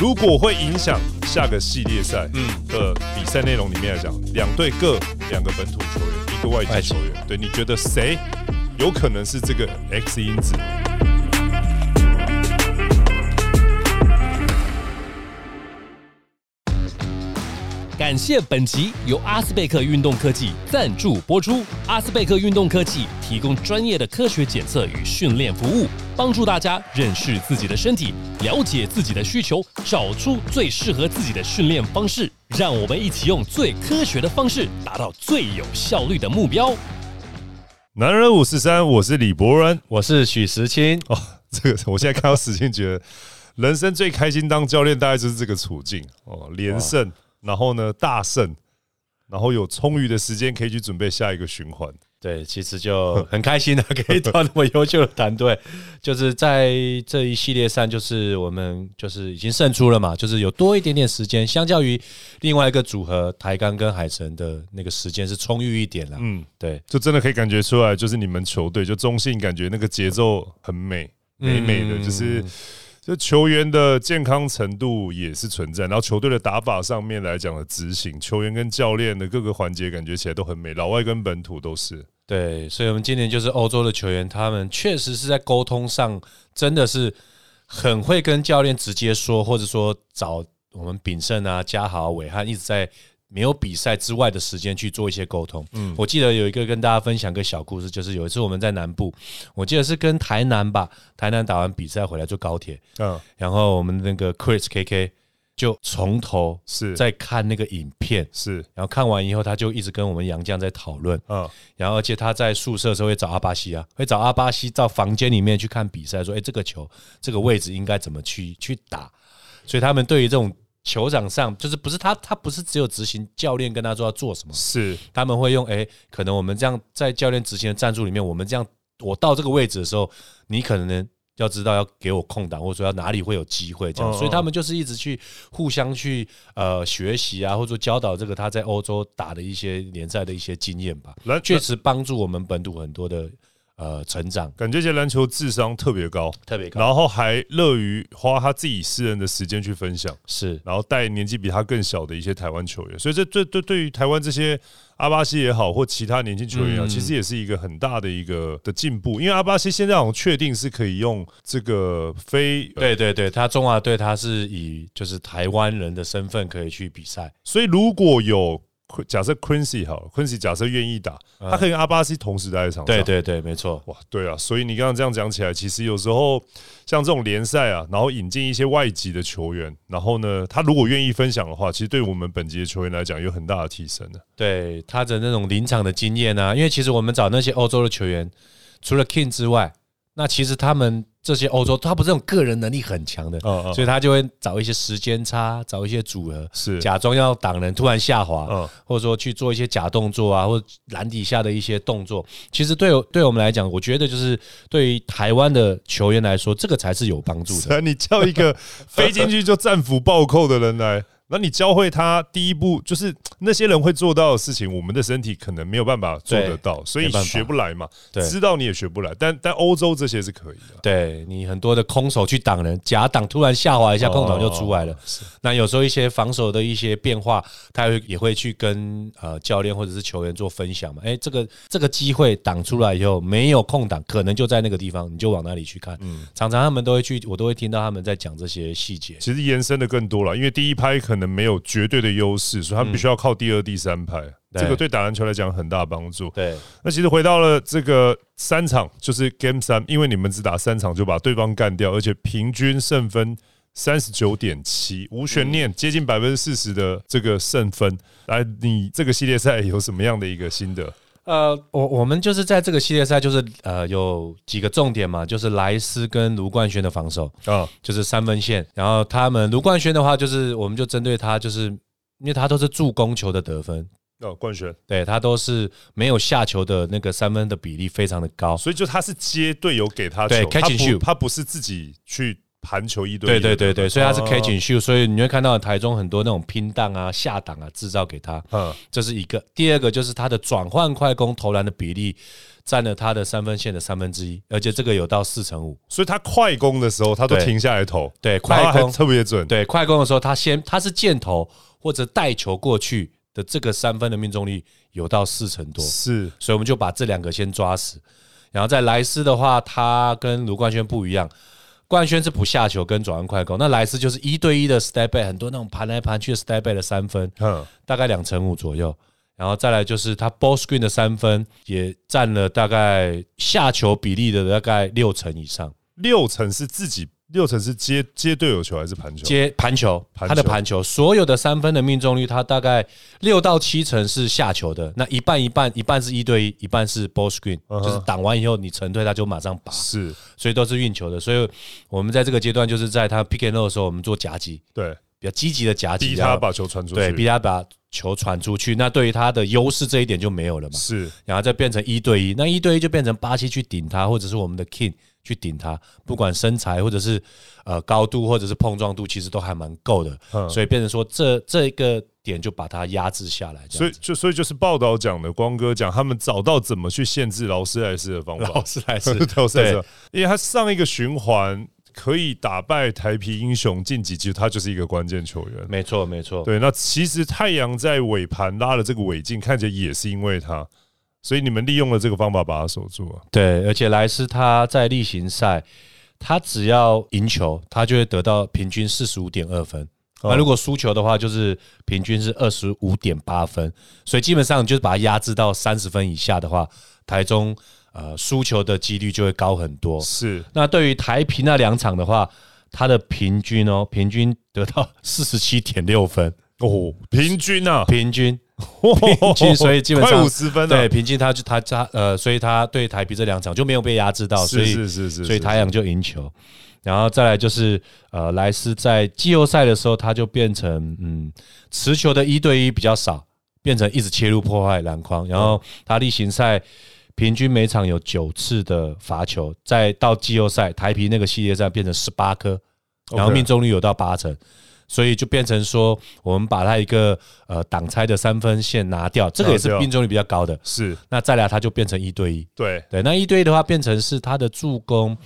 如果会影响下个系列赛嗯，的比赛内容里面来讲，两队各两个本土球员，一个外外籍球籍员，对，你觉得谁有可能是这个 X 因子？感谢本集由阿斯贝克运动科技赞助播出。阿斯贝克运动科技提供专业的科学检测与训练服务，帮助大家认识自己的身体，了解自己的需求，找出最适合自己的训练方式。让我们一起用最科学的方式，达到最有效率的目标。男人五十三，我是李博仁。我是许时清，哦， 这个我现在看到史进觉得，人生最开心当教练大概就是这个处境哦，连胜，然后呢大胜，然后有充裕的时间可以去准备下一个循环。对，其实就很开心啊， 可以到那么优秀的团队，就是在这一系列上，就是我们就是已经胜出了嘛，就是有多一点点时间，相较于另外一个组合台钢跟海神的那个时间是充裕一点啦。嗯，对，就真的可以感觉出来，就是你们球队就中信感觉那个节奏很美，美美的，嗯就是就球员的健康程度也是存在，然后球队的打法上面来讲的执行，球员跟教练的各个环节感觉起来都很美，老外跟本土都是。对，所以我们今年就是欧洲的球员，他们确实是在沟通上真的是很会跟教练直接说，或者说找我们炳胜啊、嘉豪、伟汉一直在没有比赛之外的时间去做一些沟通。嗯，我记得有一个跟大家分享个小故事，就是有一次我们在南部，我记得是跟台南吧，台南打完比赛回来坐高铁，嗯，然后我们那个 Chris KK 就从头是在看那个影片。是，然后看完以后，他就一直跟我们杨绛在讨论，嗯然后而且他在宿舍的时候会找阿巴西啊，会找阿巴西到房间里面去看比赛，说：“哎，这个球这个位置应该怎么去去打？”所以他们对于这种球场上，就是不是他他不是只有执行教练跟他说要做什么，是。他们会用哎，可能我们这样在教练执行的战术里面，我们这样我到这个位置的时候，你可能要知道要给我空档，或者说要哪里会有机会这嗯样，嗯所以他们就是一直去互相去呃学习啊，或者说教导这个他在欧洲打的一些联赛的一些经验吧篮，确实帮助我们本土很多的呃成长，感觉这篮球智商特别高，特别高然后还乐于花他自己私人的时间去分享，是然后带年纪比他更小的一些台湾球员，所以这这对对于台湾这些阿巴西也好，或其他年轻球员也好，嗯其实也是一个很大的一个的进步。因为阿巴西现在好像确定是可以用这个非，呃对对对，他中华队他是以就是台湾人的身份可以去比赛，所以如果有假设 Quincy 好了，Quincy 假设愿意打，他可以跟阿巴西同时待在场上。嗯对对对，没错，哇，对啊，所以你刚刚这样讲起来，其实有时候像这种联赛啊，然后引进一些外籍的球员，然后呢，他如果愿意分享的话，其实对我们本籍的球员来讲有很大的提升的、对他的那种临场的经验啊，因为其实我们找那些欧洲的球员，除了 King 之外，那其实他们这些欧洲，他不是那种个人能力很强的，嗯嗯所以他就会找一些时间差，找一些组合，是假装要挡人，突然下滑， 嗯或者说去做一些假动作啊，或者篮底下的一些动作。其实对我对我们来讲，我觉得就是对于台湾的球员来说，这个才是有帮助的。是啊，你叫一 个飞进去就战斧暴扣的人来，那你教会他第一步就是那些人会做到的事情，我们的身体可能没有办法做对得到，所以没办法学不来嘛。对知道你也学不来，但但欧洲这些是可以的。对你很多的空手去挡人，假挡突然下滑一下，碰撞就出来了。哦是那有时候一些防守的一些变化，他也也会去跟呃教练或者是球员做分享嘛。哎、这个这个机会挡出来以后没有空档，可能就在那个地方，你就往那里去看。常常他们都会去，我都会听到他们在讲这些细节。其实延伸的更多了，因为第一拍可能没有绝对的优势，所以他们必须要靠第二、第三拍。嗯对这个对打篮球来讲很大帮助。对那其实回到了这个三场，就是 Game 三，因为你们只打三场就把对方干掉，而且平均胜分三十九点七，无悬念，嗯接近百分之四十的这个胜分。来，你这个系列赛有什么样的一个心得？呃，我我们就是在这个系列赛，就是呃有几个重点嘛，就是莱斯跟卢冠轩的防守，啊，就是三分线。然后他们卢冠轩的话，就是我们就针对他，就是因为他都是助攻球的得分，哦，冠璇，对他都是没有下球的那个三分的比例非常的高。所以就他是接队友给他球，对他 catch and 不 shoot 他不是自己去盘球一对对一的对对对，所以他是哦 catch and shoot，所以你会看到台中很多那种拼档啊、下档啊制造给他，嗯，这是一个。第二个就是他的转换快攻投篮的比例占了他的三分线的三分之一，而且这个有到四成五。所以他快攻的时候，他都对停下来投，对然后快攻还特别准，对，快攻的时候他先他是箭头或者带球过去的这个三分的命中率有到四成多，是所以我们就把这两个先抓死。然后在莱斯的话，他跟卢冠轩不一样，冠轩是不下球跟转弯快攻，那莱斯就是一对一的 step back，很多那种盘来盘去的 step back 的三分，嗯，大概两成五左右。然后再来就是他 ball screen 的三分也占了大概下球比例的大概六成以上，六成是自己，六成是接接队友球还是盘球？接盘球，盘球他的盘球所有的三分的命中率，他大概六到七成是下球的，那一半一半，一半是一对一，一半是 ball screen，、嗯哼就是挡完以后你沉退他就马上拔，是，所以都是运球的。所以我们在这个阶段就是在他 pick and roll 的时候，我们做夹击，对，比较积极的夹击，逼然他后把球传出去，对逼他把球传出去，那对于他的优势这一点就没有了嘛。是然后再变成一对一，那一对一就变成巴西去顶他，或者是我们的 King 去顶他，不管身材或者是呃高度或者是碰撞度，其实都还蛮够的，嗯所以变成说这这一个点就把它压制下来，这所样以子。就所以就是报道讲的，光哥讲他们找到怎么去限制劳斯莱斯的方法。劳斯莱斯 劳斯莱斯对，因为他上一个循环可以打败台皮英雄晋级，其实他就是一个关键球员。没错没错，对，那其实太阳在尾盘拉了这个尾劲，看起来也是因为他，所以你们利用了这个方法把他守住啊。对，而且莱斯他在例行赛，他只要赢球，他就会得到平均四十五点二分。哦那如果输球的话，就是平均是二十五点八分，所以基本上就是把它压制到三十分以下的话，台中呃输球的几率就会高很多。是那对于台皮那两场的话，他的平均哦，平均得到四十七点六分，哦，平均啊，平均平 均所以基本上快五十分了、啊对，平均他就他他呃，所以他对台皮这两场就没有被压制到，所是以是是是，所以是太阳就赢球。然后再来就是呃，莱斯在季后赛的时候，他就变成嗯，持球的一对一比较少，变成一直切入破坏篮筐。然后他例行赛平均每场有九次的罚球，再到季后赛台皮那个系列赛变成十八颗， OK 然后命中率有到八成。所以就变成说，我们把他一个呃挡拆的三分线拿掉，这个也是拿掉命中率比较高的。是那再来，他就变成一对一，对对，那一对一的话，变成是他的助攻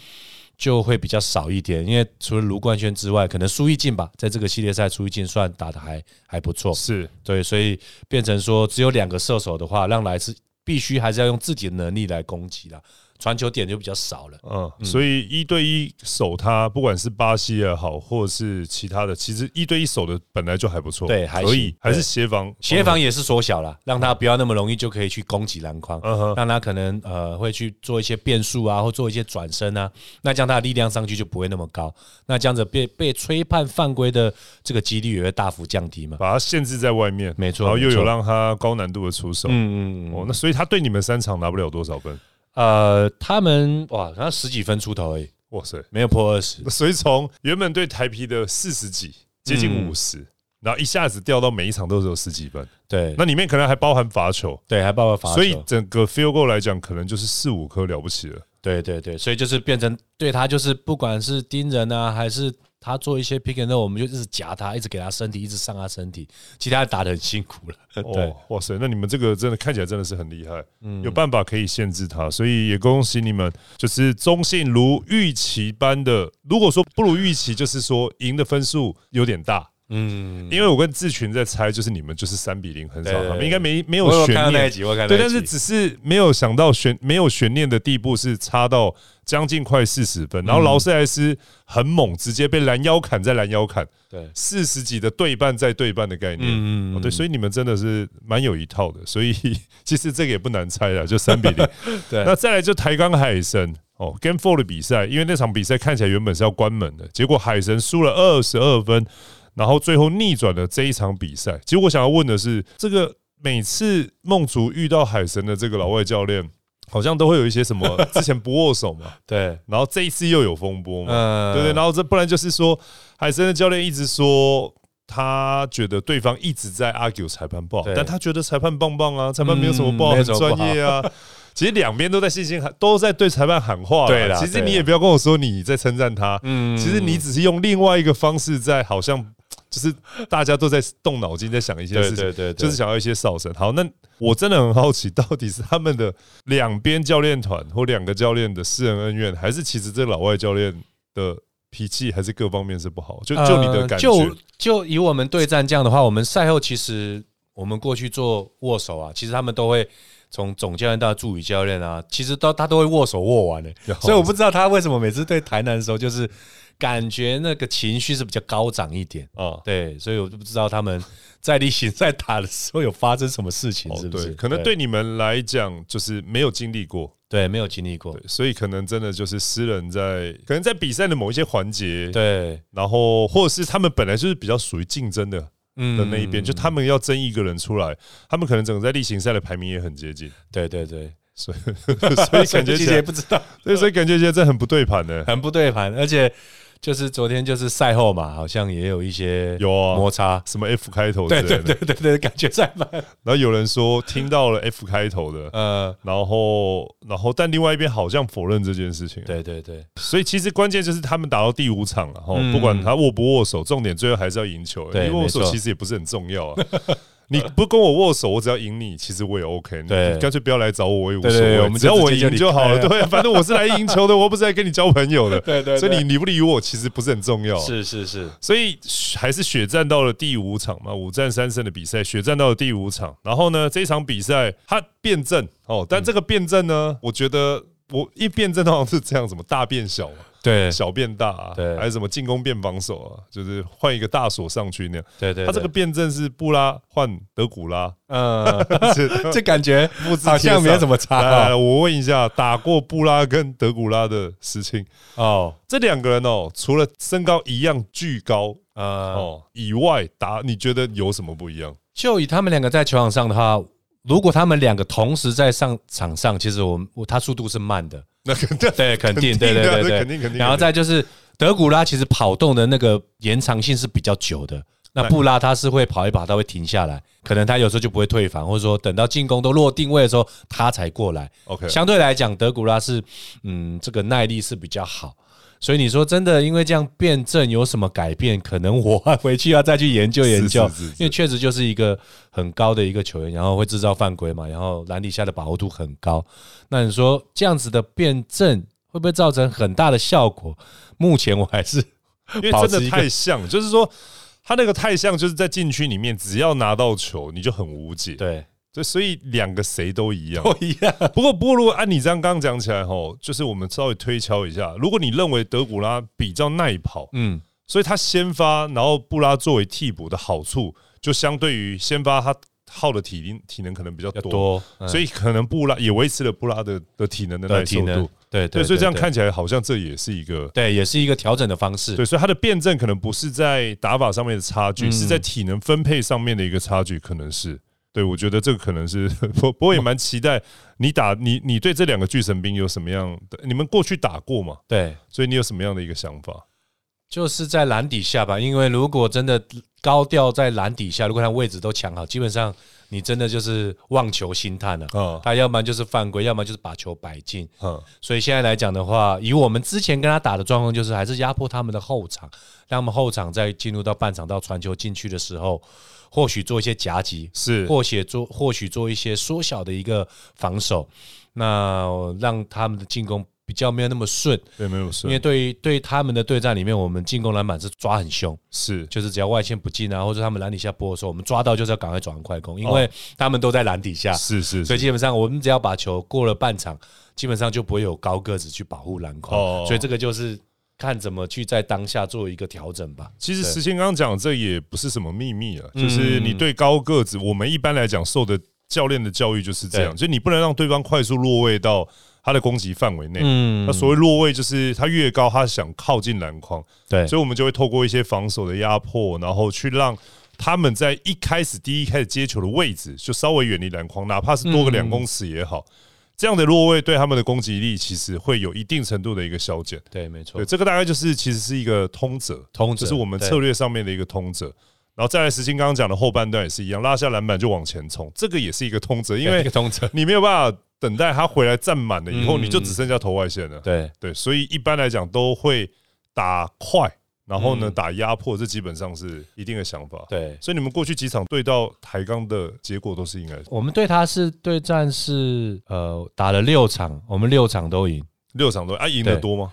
就会比较少一点，因为除了卢冠轩之外，可能苏奕进吧，在这个系列赛苏奕进算打的还还不错，是对，所以变成说只有两个射手的话，让莱斯必须还是要用自己的能力来攻击啦，传球点就比较少了。嗯，所以一对一守他，不管是巴西也好，或者是其他的，其实一对一守的本来就还不错，对还可以行，还是对协防，协防也是缩小了，让他不要那么容易就可以去攻击篮筐，嗯哼让他可能呃会去做一些变速啊，或做一些转身啊，那这样他的力量上去就不会那么高，那这样子被被吹判犯规的这个几率也会大幅降低嘛。把他限制在外面，没错然后又没错有让他高难度的出手，嗯哦嗯嗯，，那所以他对你们三场拿不了多少分，呃，他们哇，他十几分出头而已，哇塞！没有破 二十。所以从原本对台皮的四十几，接近嗯五十、然后一下子掉到每一场都只有十几分，对，那里面可能还包含罚球，对还包括罚球，所以整个 field goal 来讲，可能就是四五颗了不起了。对对对，所以就是变成对他就是不管是盯人啊，还是他做一些 pick and roll，我们就一直夹他，一直给他身体，一直上他身体，其实他打的很辛苦了。 对嗯哦，哇塞，那你们这个真的看起来真的是很厉害，有办法可以限制它，所以也恭喜你们，就是中信如预期般的，如果说不如预期，就是说赢的分数有点大。嗯，因为我跟志群在猜，就是你们就是三比零很少对对他们，对应该没没我有看悬到那一念，集，我有看到对，那但一是集只是没有想到悬没有悬念的地步是差到将近快四十分，嗯然后劳斯莱斯很猛，直接被拦腰砍再拦腰砍，对，四十几的对半再对半的概念，嗯哦，对，所以你们真的是蛮有一套的，所以 其实这个也不难猜了，就三比零。 对那再来就台钢海神哦，Game Four 的比赛，因为那场比赛看起来原本是要关门的，结果海神输了二十二分，然后最后逆转了这一场比赛。其实我想要问的是，这个每次梦竹遇到海神的这个老外教练，好像都会有一些什么之前不握手嘛，对，然后这一次又有风波嘛，嗯对对，然后这不然就是说，海参的教练一直说他觉得对方一直在 argue 裁判不好对，但他觉得裁判棒棒啊，裁判没有什么不好，嗯没很有什么不好专业啊。其实两边都在信心喊，都在对裁判喊话啦。对啦其实对啦你也不要跟我说你在称赞他，嗯其实你只是用另外一个方式在，好像就是大家都在动脑筋，在想一些事情，对对对对就是想要一些哨声。好，那我真的很好奇，到底是他们的两边教练团或两个教练的私人恩怨，还是其实这老外教练的脾气还是各方面是不好？就就你的呃感觉，就就以我们对战这样的话，我们赛后其实我们过去做握手啊，其实他们都会从总教练到助理教练啊，其实都他都会握手握完的、哦所以我不知道他为什么每次对台南的时候，就是感觉那个情绪是比较高涨一点。啊。对，所以我就不知道他们在例行赛打的时候有发生什么事情，哦是，不是？对，可能对你们来讲就是没有经历过，对没有经历过，对，所以可能真的就是诗人在可能在比赛的某一些环节，，对，然后或者是他们本来就是比较属于竞争的嗯的那一边，就他们要争一个人出来，他们可能整个在例行赛的排名也很接近，对对 对，所以所以感觉其起 实也来，不知道，所以所以感觉起来这很不对盘的，很不对盘，而且就是昨天就是赛后嘛，好像也有一些有啊摩擦。什么 F 开头之对类的，对对对对，感觉赛蛮然后有人说听到了 F 开头的。呃，然后，然后，但另外一边好像否认这件事情，对对对所以其实关键就是他们打到第五场了，哈、嗯不管他握不握手，重点最后还是要赢球、对因为握没手错其实也不是很重要啊。 你不跟我握手，我只要赢你，其实我也 OK 你。对你干脆不要来找我，我也无所谓。对对对我们只要就我直接就赢离就好了。开了对，啊反正我是来赢球的，我又不是来跟你交朋友的。 对对对所以你理不理我，其实不是很重要。，啊是是是，所以还是血战到了第五场嘛，五战三胜的比赛，血战到了第五场。然后呢，这一场比赛它辩证哦，但这个辩证呢，我觉得我一辩证好像是这样，什么大变小嘛。啊 对小变大、啊，对还是什么进攻变防守啊，就是换一个大锁上去那样。对对，他这个辩证是布拉换德古拉， 呃，是这感觉复制贴上好像没有什么差来来来哦我问一下，打过布拉跟德古拉的石青， 哦，这两个人哦，除了身高一样巨高呃，哦以外，打你觉得有什么不一样？ 就以他们两个在球场上的话，如果他们两个同时在上场上，其实我我他速度是慢的，那肯定 对，肯定，肯定对的对对对，肯定肯定然后再就是德古拉，其实跑动的那个延长性是比较久的。那布拉他是会跑一跑，他会停下来，可能他有时候就不会退防，或者说等到进攻都落定位的时候，他才过来。 OK，相对来讲，德古拉是嗯，这个耐力是比较好。所以你说真的，因为这样辩证有什么改变？可能我回去要再去研究研究是是是是，因为确实就是一个很高的一个球员，然后会制造犯规嘛，然后篮底下的把握度很高。那你说这样子的辩证会不会造成很大的效果？目前我还是因为保真持的一个太像，就是说他那个太像，就是在禁区里面，只要拿到球你就很无解。，对所以所以两个谁都一样，不一样，不过，不过，如果按你这样刚刚讲起来吼，就是我们稍微推敲一下，如果你认为德古拉比较耐跑，嗯，所以他先发，然后布拉作为替补的好处，就相对于先发他耗的体能体能可能比较要多，多，嗯所以可能布拉也维持了布拉的的体能的耐呃受体度。能，对对，对，所以这样对看起来好像这也是一个。对，也是一个调整的方式。对，所以他的辩证可能不是在打法上面的差距，嗯是在体能分配上面的一个差距，可能是。对，我觉得这个可能是 不，不过也蛮期待你打你你对这两个巨神兵有什么样的？你们过去打过嘛？对，所以你有什么样的一个想法？就是在篮底下吧，因为如果真的高调在篮底下，如果他位置都抢好，基本上你真的就是望球兴叹了。啊他要不然就是犯规，要么就是把球摆进。嗯，所以现在来讲的话，以我们之前跟他打的状况，就是还是压迫他们的后场，让他们后场在进入到半场到传球进去的时候，或许做一些夹击，是或许做或许做一些缩小的一个防守，那让他们的进攻比较没有那么顺。对，没有因为是对于对于他们的对战里面，我们进攻篮板是抓很凶，是就是只要外线不进啊，或者他们篮底下拨的时候，我们抓到就是要赶快转换快攻，因为他们都在篮底下，哦是是所是，以基本上我们只要把球过了半场，基本上就不会有高个子去保护篮筐，哦所以这个就是看怎么去在当下做一个调整吧。其实对嗯石青刚刚讲这也不是什么秘密啊，就是你对高个子，我们一般来讲受的教练的教育就是这样，就你不能让对方快速落位到他的攻击范围内。嗯那所谓落位，就是他越高，他想靠近篮筐，对所以我们就会透过一些防守的压迫，然后去让他们在一开始第一开始接球的位置就稍微远离篮筐，哪怕是多个嗯两公尺也好，这样的落位对他们的攻击力其实会有一定程度的一个消减。对，没错对，，这个大概就是其实是一个通则，通这则是我们对策略上面的一个通则。然后再来，石青刚刚讲的后半段也是一样，拉下篮板就往前冲，这个也是一个通则，因对为这个通则你没有办法等待他回来站满了以后，嗯你就只剩下头外线了。对，对，所以一般来讲都会打快，然后呢嗯打压迫，这基本上是一定的想法。对，所以你们过去几场对到台钢的结果都是应该我们对他是对战是呃打了六场，我们六场都赢。六场都啊赢得对多吗？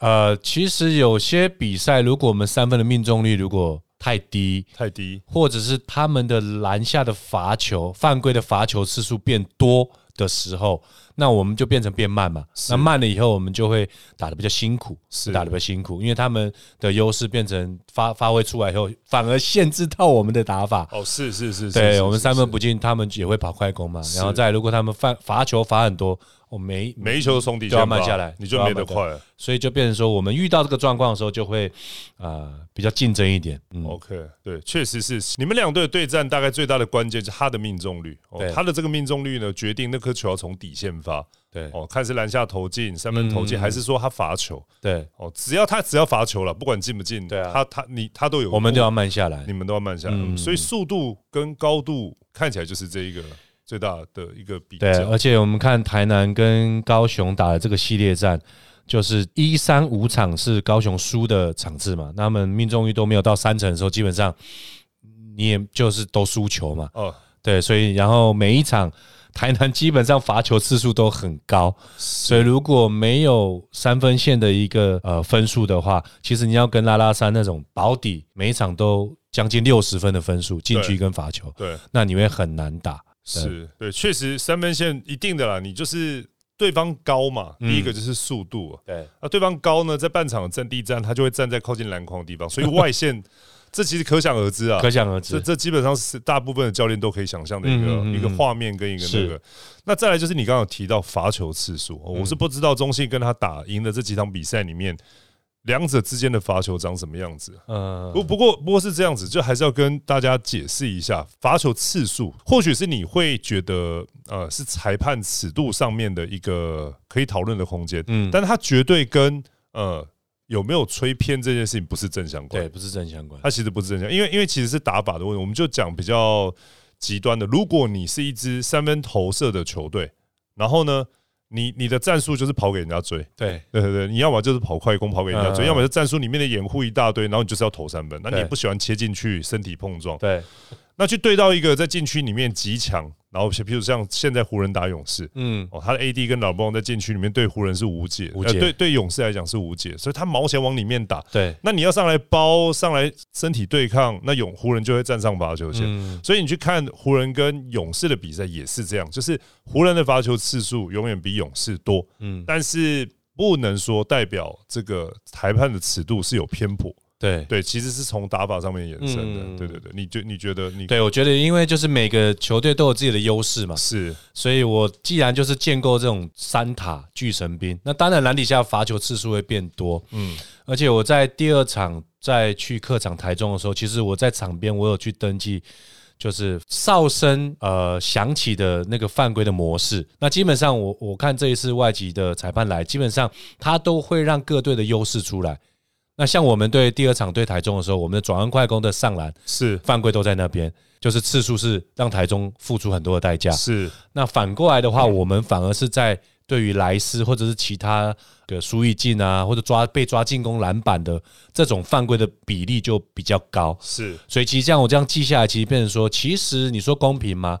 呃，其实有些比赛，如果我们三分的命中率如果太低，太低，或者是他们的篮下的罚球、犯规的罚球次数变多的时候，那我们就变成变慢嘛。那慢了以后，我们就会打得比较辛苦，是打得比较辛苦，因为他们的优势变成发发挥出来以后，反而限制到我们的打法。哦，是是是，是对是我们是三分是不进，他们也会跑快攻嘛。然后再如果他们犯罚球罚很多，我没每一球都从底就下要慢下来你就都要没得慢下快来了。所以就变成说，我们遇到这个状况的时候，就会呃比较竞争一点。嗯， OK，对，确实是你们两队的对战，大概最大的关键是他的命中率。哦对，他的这个命中率呢，决定那颗球要从底线发。对哦，看是篮下投进、三分投进，嗯还是说他罚球？对，哦，只要他只要罚球了，不管进不进，对啊他他你他都有，我们都要慢下来你。们都要慢下来。嗯所以速度跟高度看起来就是这一个最大的一个比对，较而。且我们看台南跟高雄打的这个系列战，就是一三五场是高雄输的场次嘛，那他们命中率都没有到三成的时候，基本上你也就是都输球嘛。哦，对，所以然后每一场台南基本上罚球次数都很高，所以如果没有三分线的一个呃分数的话，其实你要跟拉拉山那种保底，每一场都将近六十分的分数，禁区跟罚球，对，啊那你会很难打。是对，确实三分线一定的啦，你就是对方高嘛，第一个就是速度啊、对那对方高呢，在半场的阵地战，他就会站在靠近篮筐的地方，所以外线这其实可想而知啊。可想而这知。这基本上是大部分的教练都可以想象的一个、嗯嗯嗯一个画面跟一个那个。那再来就是你刚刚有提到罚球次数，哦嗯我是不知道中信跟他打赢的这几场比赛里面，两者之间的罚球长什么样子。嗯，不不过不过是这样子，就还是要跟大家解释一下罚球次数，或许是你会觉得呃是裁判尺度上面的一个可以讨论的空间，嗯，但它绝对跟呃有没有吹偏这件事情不是正相关，对，不是正相关。它其实不是正向，因为因为其实是打法的问题，我们就讲比较极端的。如果你是一支三分投射的球队，然后呢，你你的战术就是跑给人家追， 对对对对，你要么就是跑快攻跑给人家追，嗯要么就战术里面的掩护一大堆，然后你就是要投三分，那你也对不喜欢切进去身体碰撞，对，那去对到一个在禁区里面极强，然后譬如像现在湖人打勇士，嗯，哦，他的 AD 跟老邦在禁区里面对湖人是无解，无解呃、对对勇士来讲是无解，所以他毛钱往里面打，对，那你要上来包上来身体对抗，那勇湖人就会站上罚球线。嗯，所以你去看湖人跟勇士的比赛也是这样，就是湖人的罚球次数永远比勇士多，嗯，但是不能说代表这个裁判的尺度是有偏颇。对，对，其实是从打法上面延伸的。嗯对对对，你觉你觉得你对，我觉得因为就是每个球队都有自己的优势嘛，是所以我既然就是建构这种三塔巨神兵，那当然篮底下罚球次数会变多。嗯而且我在第二场在去客场台中的时候，其实我在场边我有去登记，就是哨声呃响起的那个犯规的模式。那基本上我我看这一次外籍的裁判来，基本上他都会让各队的优势出来。那像我们对第二场对台中的时候，我们的转弯快攻的上篮是犯规都在那边，就是次数是让台中付出很多的代价。是那反过来的话，我们反而是在对于莱斯或者是其他的输意进啊，或者抓被抓进攻篮板的这种犯规的比例就比较高。是所以其实这样我这样记下来，其实变成说，其实你说公平吗？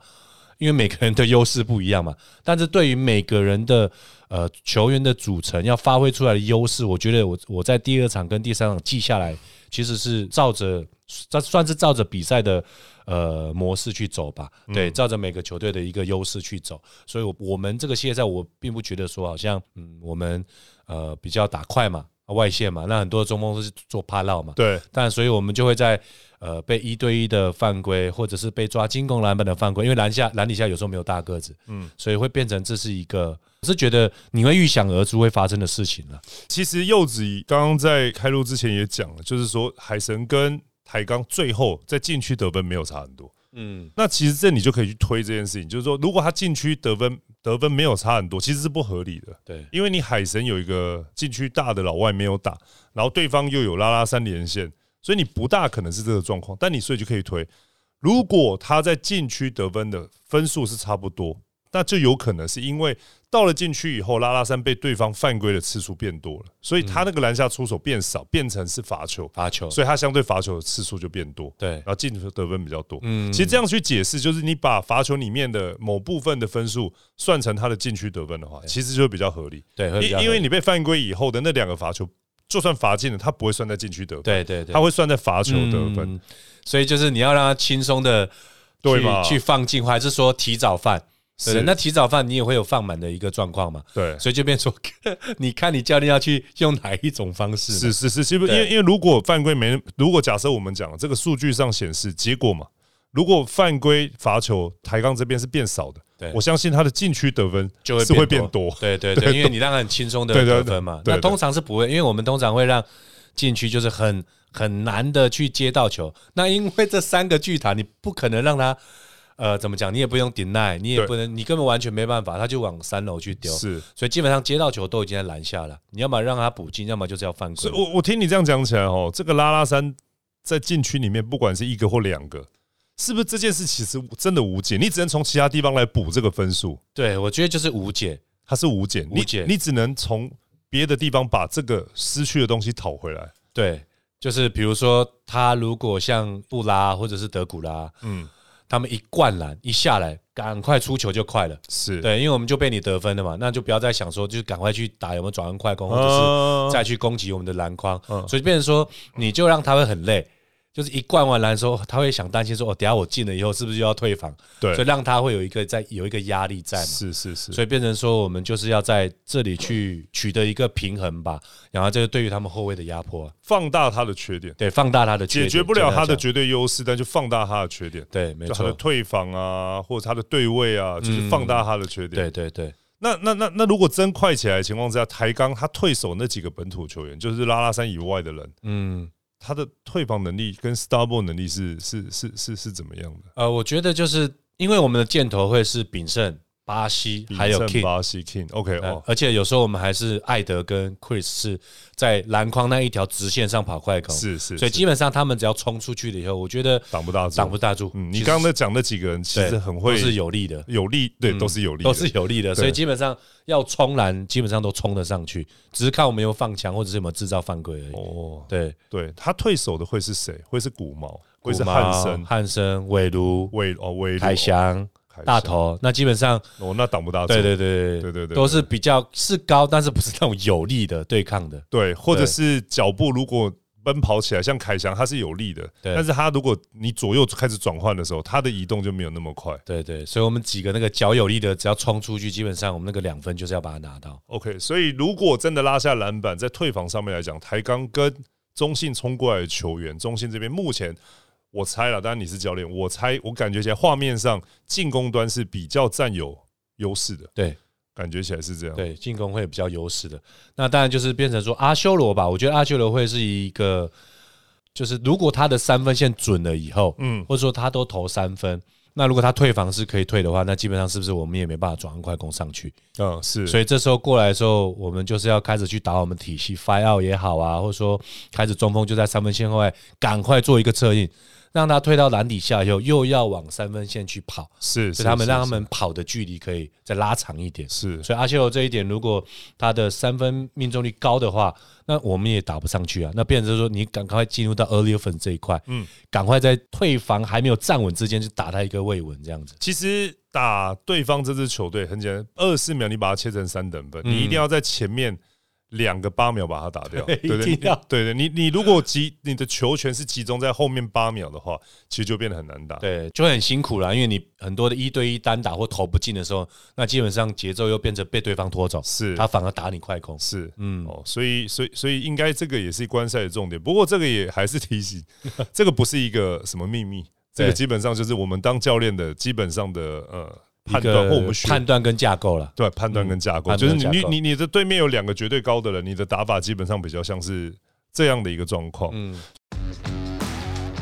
因为每个人的优势不一样嘛，但是对于每个人的呃球员的组成要发挥出来的优势，我觉得我我在第二场跟第三场记下来，其实是照着算算是照着比赛的呃模式去走吧，对，照着每个球队的一个优势去走，所以我我们这个系列赛我并不觉得说好像嗯我们呃比较打快嘛外线嘛，那很多中锋都是做帕绕嘛，对但所以我们就会在呃被一对一的犯规，或者是被抓进攻篮板的犯规，因为篮下篮底下有时候没有大个子，嗯，所以会变成这是一个，我是觉得你会预想而出会发生的事情了。其实柚子刚刚在开录之前也讲了，就是说海神跟台钢最后在禁区得分没有差很多。嗯，那其实这你就可以去推这件事情，就是说，如果他禁区得分得分没有差很多，其实是不合理的，对，因为你海神有一个禁区大的老外没有打，然后对方又有拉拉三连线，所以你不大可能是这个状况，但你所以就可以推，如果他在禁区得分的分数是差不多，那就有可能是因为到了禁区以后，拉拉山被对方犯规的次数变多了，所以他那个篮下出手变少，变成是罚球，嗯罚球，所以他相对罚球的次数就变多，对然后进球得分比较多。嗯，其实这样去解释，就是你把罚球里面的某部分的分数算成他的禁区得分的话，其实就会比较合理。对会比较合因理因为你被犯规以后的那两个罚球，就算罚进了，他不会算在禁区得分，对对对，他会算在罚球得分。嗯所以就是你要让他轻松的对嘛去放进，还是说提早犯？对是的，那提早犯你也会有放满的一个状况嘛？对所以就变成说， 你看你教练要去用哪一种方式嘛？是是是，基本因为对因为如果犯规没，如果假设我们讲这个数据上显示结果嘛，如果犯规罚球抬杠这边是变少的对，我相信他的禁区得分就会是会变多。对 对对，因为你让他很轻松的对对得对分嘛。对那对通常是不会，因为我们通常会让禁区就是很很难的去接到球。那因为这三个巨塔，你不可能让他呃怎么讲，你也不用 deny，你也对不能，你根本完全没办法，他就往三楼去丢。是，所以基本上接到球都已经在篮下了，你要么让他补进，要么就是要犯所规以。我我听你这样讲起来哦，这个拉拉山在禁区里面，不管是一个或两个，是不是这件事其实真的无解？你只能从其他地方来补这个分数，对，我觉得就是无解。它是无解。无解你你只能从别的地方把这个失去的东西讨回来。对，就是比如说他如果像布拉或者是德古拉，嗯，他们一灌篮一下来，赶快出球就快了。是，对，因为我们就被你得分了嘛，那就不要再想说，就是赶快去打有没有转换快攻，或者啊，是再去攻击我们的篮筐，嗯所以变成说，你就让他会很累，就是一灌完篮之后，他会想担心说，哦，等下我进了以后是不是又要退防？对所以让他会有一个在有一个压力在嘛，是是是，所以变成说，我们就是要在这里去取得一个平衡吧，然后这个对于他们后卫的压迫啊，放大它的缺点，对，放大他的缺解点决不了他的就绝对优势，但就放大他的缺点，这样讲对，没就他的错，嗯退防啊，或者他的对位啊，就是放大他的缺点。对对对那那那那，如果真快起来的情况之下，台钢他退守那几个本土球员，就是拉拉山以外的人，嗯。他的退防能力跟 Starbo 能力是是是是是怎么样的？呃，我觉得就是因为我们的箭头会是炳胜、巴西还有比胜 King，巴西 King，OK 呃哦，而且有时候我们还是艾德跟 Chris 是在篮筐那一条直线上跑快攻，是是，所是以基本上他们只要冲出去了以后，我觉得挡不大住挡不大住。嗯，你其实刚刚在讲那几个人其对实很都会是有利的，有力，对，都是有力的，都是有利的，所以对基本上要冲篮，基本上都冲得上去，只是看我们有没有放墙或者是有没有制造犯规而已。哦，对，对他退守的会是谁？会是古毛，会是汉古森毛、汉森、韦如、魏哦魏凯翔、大头，那基本上哦，那挡不大住，对对对对对对都是比较是高，但是不是那种有力的对抗的。对，或者对是脚步如果奔跑起来，像凯翔他是有力的，对但是他如果你左右开始转换的时候，他的移动就没有那么快。对对，所以我们几个那个脚有力的，只要冲出去，基本上我们那个两分就是要把它拿到。 OK，所以如果真的拉下篮板，在退防上面来讲，台钢跟中信冲过来的球员，中信这边目前我猜了，当然你是教练，我猜我感觉起来画面上进攻端是比较占有优势的，对感觉起来是这样。对，进攻会比较优势的。那当然就是变成说阿修罗吧，我觉得阿修罗会是一个，就是如果他的三分线准了以后，嗯，或者说他都投三分，那如果他退防是可以退的话，那基本上是不是我们也没办法转换快攻上去？嗯，是，所以这时候过来的时候，我们就是要开始去打我们体系 f i out 也好啊，或者说开始中锋就在三分线后外，赶快做一个策应，让他退到篮底下以后，又要往三分线去跑，是，是所以他们是让他是们跑的距离可以再拉长一点。是所以阿切罗这一点，如果他的三分命中率高的话，那我们也打不上去啊。那变成就是说，你赶快进入到 early offense 这一块，嗯嗯，赶快在退防还没有站稳之间就打他一个未稳，这样子。其实打对方这支球队很简单，二四秒你把它切成三等分，嗯你一定要在前面两个八秒把它打 掉，对对不对一定要对对，你你如果集你的球权是集中在后面八秒的话，其实就变得很难打。对，就很辛苦啦，因为你很多的一对一单打或投不进的时候，那基本上节奏又变成被对方拖走，是他反而打你快攻。是，嗯嗯，哦，所以，所以，所以，应该这个也是观赛的重点。不过，这个也还是提 醒，这个不是一个什么秘密，这个对基本上就是我们当教练的基本上的呃判一个断或我们学判断跟架构了，对判断跟架构，嗯判就是断你架你构你你的对面有两个绝对高的人，你的打法基本上比较像是这样的一个状况。嗯，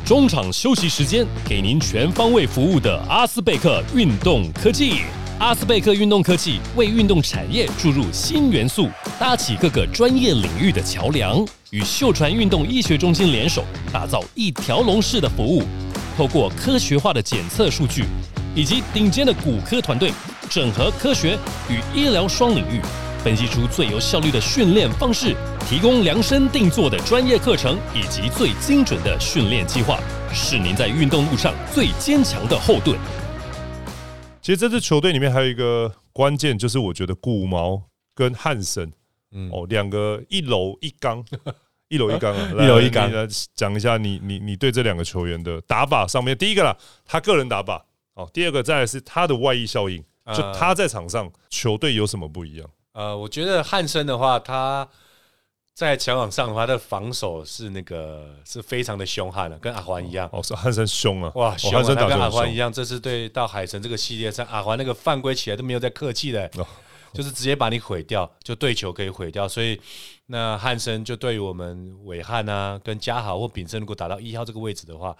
中场休息时间，给您全方位服务的阿斯贝克运动科技。阿斯贝克运动科技为运动产业注入新元素，搭起各个专业领域的桥梁，与秀传运动医学中心联手，打造一条龙式的服务。透过科学化的检测数据，以及顶尖的骨科团队，整合科学与医疗双领域，分析出最有效率的训练方式，提供量身定做的专业课程以及最精准的训练计划，是您在运动路上最坚强的后盾。其实这支球队里面还有一个关键，就是我觉得顾毛跟汉森，嗯哦，两个一楼一 刚，一楼一刚啊，来一楼一刚你来讲一下你你你对这两个球员的打法上面，第一个啦，他个人打法，哦，第二个再来是他的外溢效应，啊就他在场上球队有什么不一样？呃，我觉得汉森的话，他在球场上的话，他的防守是那个是非常的凶悍的，跟阿环一样。哦，是汉森凶啊，哇，哦凶、啊！汉森他打球跟阿很环一凶，样，这次对到海神这个系列赛，阿环那个犯规起来都没有在客气的、 哦就是直接把你毁掉，就对球可以毁掉。所以那汉森就对于我们伟汉啊，跟嘉豪或秉胜，如果打到一号这个位置的话，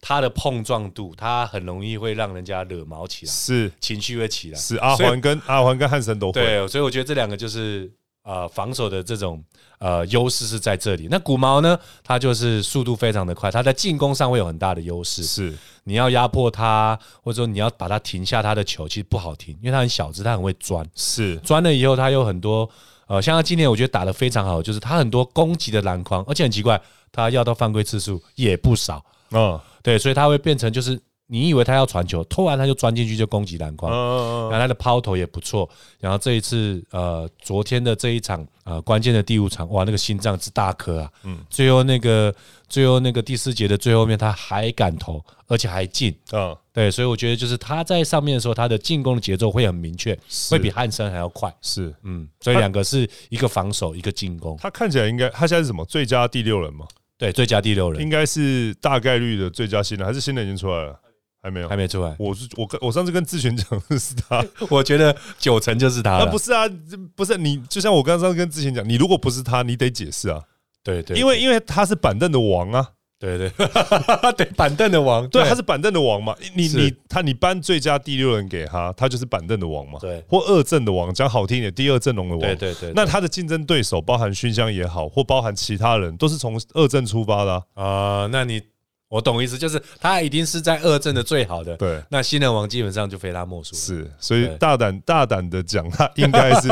他的碰撞度，他很容易会让人家惹毛起来，是情绪会起来。是阿所以环跟阿环跟汉森都会，对，所以我觉得这两个就是呃防守的这种呃优势是在这里。那古毛呢，他就是速度非常的快，他在进攻上会有很大的优势。是你要压迫他，或者说你要把他停下他的球，其实不好停，因为他很小只，他很会钻，是钻了以后他有很多呃，像他今年我觉得打得非常好，就是他很多攻击的篮筐，而且很奇怪，他要到犯规次数也不少，嗯对，所以他会变成就是你以为他要传球，突然他就钻进去就攻击篮筐。嗯然后他的抛投也不错，然后这一次呃，昨天的这一场呃关键的第五场，哇，那个心脏之大颗啊，嗯，最后那个最后那个第四节的最后面，他还敢投，而且还进，嗯，对，所以我觉得就是他在上面的时候，他的进攻的节奏会很明确，会比汉森还要快，是嗯，所以两个是一个防守，一个进攻，他看起来应该他现在是什么最佳第六人嘛？对，最佳第六人应该是大概率的最佳新人，还是新人已经出来了？还没有还。没出来，我是我跟我上次跟志全讲的是他， 我觉得九成就是他那了，不是啊，这不是你，就像我刚刚跟志全讲，你如果不是他，你得解释啊，对对，因为因为他是板凳的王啊，对 对对板凳的王，对，他是板凳的王嘛，你是你他你颁最佳第六人给他，他就是板凳的王嘛，对或二阵的王，讲好听一点，第二阵容的王，对对对，那他的竞争对手包含熏香也好，或包含其他人，都是从二阵出发的啊、啊、那你我懂意思，就是他一定是在二阵的最好的。对，那新人王基本上就非他莫属了。是，所以对大胆大胆的讲，他应该 是，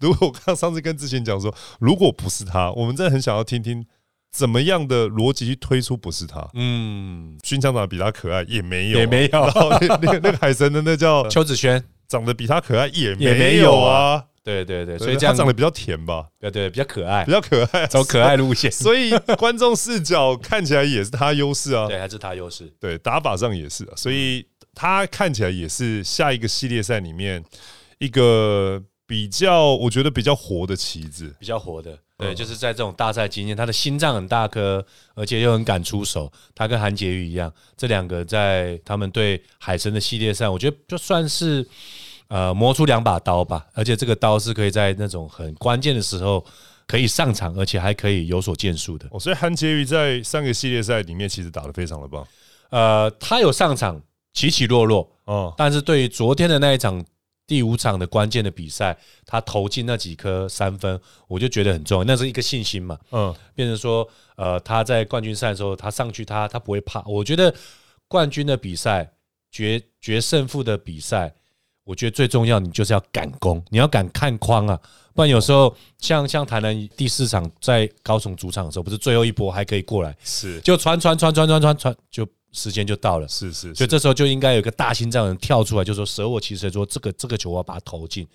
如果我刚上次跟之前讲说，如果不是他，我们真的很想要听听怎么样的逻辑去推出不是他。嗯，勋枪长得比他可爱也没有啊、也没有然后那那个那个海神的那叫邱子轩，长得比他可爱也也没有有啊，对对对，对所以这样他长得比较甜吧，对对比较可爱比，较可爱啊，走可爱路线，所以，所以观众视角看起来也是他优势啊。对，还是他优势。对，打法上也是、啊，所以他看起来也是下一个系列赛里面一个比较，我觉得比较活的棋子。比较活的，对，就是在这种大赛经验，他的心脏很大颗，而且又很敢出手。他跟韩杰宇一样，这两个在他们对海神的系列赛，我觉得就算是呃磨出两把刀吧，而且这个刀是可以在那种很关键的时候可以上场，而且还可以有所建树的。哦，所以韩杰瑜在三个系列赛里面其实打得非常的棒。呃，他有上场起起落落，哦，但是对于昨天的那一场第五场的关键的比赛，他投进那几颗三分，我就觉得很重要，那是一个信心嘛。嗯，变成说，呃，他在冠军赛的时候，他上去他他不会怕。我觉得冠军的比赛，决决胜负的比赛，我觉得最重要，你就是要敢攻，你要敢看框啊，不然有时候像像台南第四场在高雄主场的时候，不是最后一波还可以过来，是就传传传传传传传，就时间就到了。是是，所是以这时候就应该有一个大心脏人嗯跳出来，就说舍我其谁，说这个这个球我要啊把它投进。